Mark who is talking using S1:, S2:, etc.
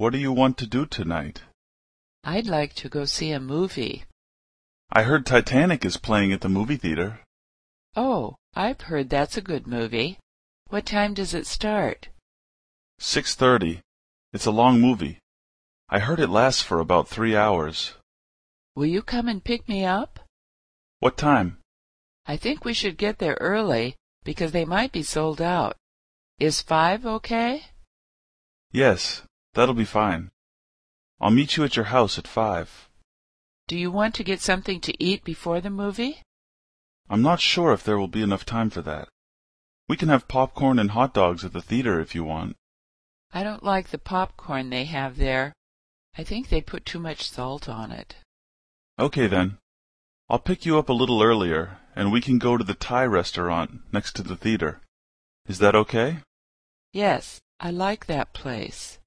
S1: What do you want to do tonight?
S2: I'd like to go see a movie.
S1: I heard Titanic is playing at the movie theater.
S2: Oh, I've heard that's a good movie. What time does it start?
S1: 6:30. It's a long movie. I heard it lasts for about 3 hours.
S2: Will you come and pick me up?
S1: What time?
S2: I think we should get there early because they might be sold out. Is five okay?
S1: Yes, that'll be fine. I'll meet you at your house at 5.
S2: Do you want to get something to eat before the movie?
S1: I'm not sure if there will be enough time for that. We can have popcorn and hot dogs at the theater if you want.
S2: I don't like the popcorn they have there. I think they put too much salt on it.
S1: Okay then. I'll pick you up a little earlier and we can go to the Thai restaurant next to the theater. Is that okay?
S2: Yes, I like that place.